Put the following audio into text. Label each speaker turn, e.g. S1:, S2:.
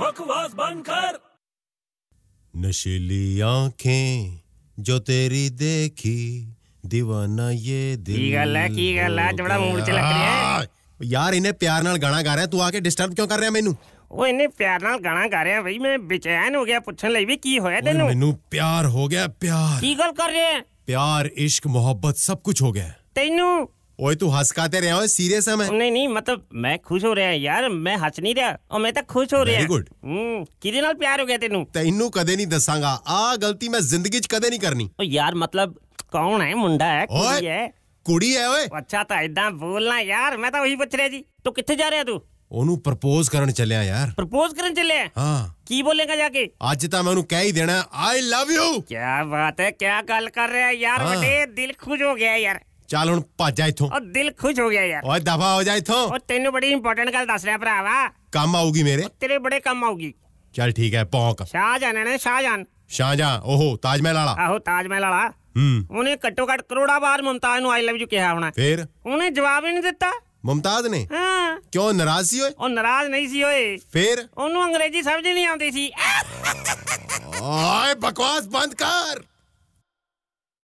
S1: बकवास बनकर
S2: नशीली आंखें जो तेरी देखी दीवाना ये दिल
S3: ਕੀ ਗੱਲ ਹੈ ਕੀ ਗੱਲ ਹੈ ਅੱਜ ਬੜਾ ਮੂਡ ਚ ਲੱਗ ਰਿਹਾ ਹੈ।
S2: ਆ, ਯਾਰ ਇਹਨੇ ਪਿਆਰ ਨਾਲ ਗਾਣਾ ਗਾ ਰਿਹਾ ਤੂੰ ਆ ਕੇ ਡਿਸਟਰਬ ਕਿਉਂ ਕਰ ਰਿਹਾ ਮੈਨੂੰ
S3: ਉਹ ਇੰਨੇ ਪਿਆਰ ਨਾਲ ਗਾਣਾ ਗਾ ਰਿਹਾ ਬਈ ਮੈਂ ਬੇਚੈਨ ਹੋ ਗਿਆ ਪੁੱਛਣ ਲਈ ਵੀ ਕੀ ਹੋਇਆ
S2: ਓਏ,
S3: ਤੈਨੂੰ
S2: ਮੈਨੂੰ ਪਿਆਰ ਹੋ ਗਿਆ ਪਿਆਰ
S3: ਕੀ ਗੱਲ ਕਰ ਰਿਹਾ ਹੈ?
S2: प्यार इश्क मोहब्बत सब कुछ हो गया है।
S3: ਤੈਨੂੰ
S2: ओए तू हंसकाते रहे सीरियस है मैं
S3: ਨਹੀਂ ਨਹੀਂ ਮਤਲਬ ਮੈਂ ਖੁਸ਼ ਹੋ ਰਿਹਾ ਯਾਰ ਮੈਂ ਹੱਸ ਨਹੀਂ ਰਿਹਾ ਉਹ ਮੈਂ ਤਾਂ ਖੁਸ਼ ਹੋ ਰਿਹਾ
S2: Very good.
S3: ਹੂੰ ਕਿਹਦੇ ਨਾਲ ਪਿਆਰ ਹੋ ਗਿਆ ਤੈਨੂੰ
S2: ਤੈਨੂੰ ਕਦੇ ਨਹੀਂ ਦੱਸਾਂਗਾ ਆ ਗਲਤੀ ਮੈਂ ਜ਼ਿੰਦਗੀ 'ਚ ਕਦੇ ਨਹੀਂ ਕਰਨੀ
S3: ਉਹ ਯਾਰ ਮਤਲਬ ਕੌਣ ਹੈ ਮੁੰਡਾ ਹੈ ਕੁੜੀ
S2: ਓਏ
S3: ਹੈ
S2: ਕੁੜੀ ਐ ਓਏ
S3: ਉਹ ਅੱਛਾ ਤਾਂ ਇਦਾਂ ਬੋਲਣਾ ਯਾਰ ਮੈਂ ਤਾਂ ਉਹੀ ਪੁੱਛ ਰਿਹਾ ਜੀ ਤੂੰ ਕਿੱਥੇ ਜਾ ਰਿਹਾ ਤੂੰ
S2: ਉਹਨੂੰ ਪ੍ਰਪੋਜ਼ ਕਰਨ ਚੱਲਿਆ ਯਾਰ
S3: ਪ੍ਰਪੋਜ਼ ਕਰਨ ਚੱਲਿਆ ਹੈ?
S2: ਹਾਂ
S3: ਕੀ ਬੋਲੇਗਾ ਜਾ ਕੇ
S2: ਅੱਜ ਤਾਂ ਮੈਂ ਉਹਨੂੰ ਕਹਿ ਹੀ ਦੇਣਾ ਆਈ ਲਵ ਯੂ
S3: ਕਿਆ ਬਾਤ ਹੈ ਕਿਆ ਗੱਲ ਕਰ ਰਿਹਾ ਹੈ ਯਾਰ
S2: ਹਾਂ।
S3: ਬਟੇ ਦਿਲ ਖੁਸ਼ ਹੋ ਗਿਆ ਯਾਰ
S2: ਚੱਲ ਹੁਣ ਭੱਜ ਜਾ ਇੱਥੋਂ
S3: ਉਹ ਦਿਲ ਖੁਸ਼ ਹੋ ਗਿਆ ਯਾਰ
S2: ਓਏ ਦਫਾ ਹੋ ਜਾ ਇੱਥੋਂ
S3: ਉਹ ਤੈਨੂੰ ਬੜੀ ਇੰਪੋਰਟੈਂਟ ਗੱਲ ਦੱਸ ਰਿਹਾ ਭਰਾਵਾ
S2: ਕੰਮ ਆਊਗੀ ਮੇਰੇ
S3: ਤੇਰੇ ਬੜੇ ਕੰਮ ਆਊਗੀ
S2: ਚੱਲ ਠੀਕ ਹੈ ਪੌਂਕ
S3: ਸ਼ਾਹਜਹਾਨ ਨੇ ਸ਼ਾਹਜਹਾਨ
S2: ਸ਼ਾਹਜਾ ਓਹੋ ਤਾਜ ਮਹਿਲ ਵਾਲਾ
S3: ਆਹੋ ਤਾਜ ਮਹਿਲ ਵਾਲਾ
S2: ਹੂੰ
S3: ਉਹਨੇ ਘੱਟੋ ਘੱਟ ਕਰੋੜਾ ਵਾਰ ਮੁਮਤਾਜ਼ ਨੂੰ ਆਈ ਲਵ ਯੂ ਕਿਹਾ ਹੋਣਾ
S2: ਫੇਰ
S3: ਉਹਨੇ ਜਵਾਬ ਹੀ ਨਹੀਂ ਦਿੱਤਾ
S2: ਮੁਮਤਾਜ਼ ਨੇ
S3: ਹਾਂ
S2: ਕਿਉਂ ਨਾਰਾਜ਼ ਸੀ ਓਏ
S3: ਉਹ ਨਾਰਾਜ਼ ਨਹੀਂ ਸੀ ਹੋਏ
S2: ਫੇਰ
S3: ਉਹਨੂੰ ਅੰਗਰੇਜ਼ੀ ਸਮਝ ਨਹੀਂ ਆਉਂਦੀ ਸੀ
S2: ਓਏ ਬਕਵਾਸ ਬੰਦ ਕਰ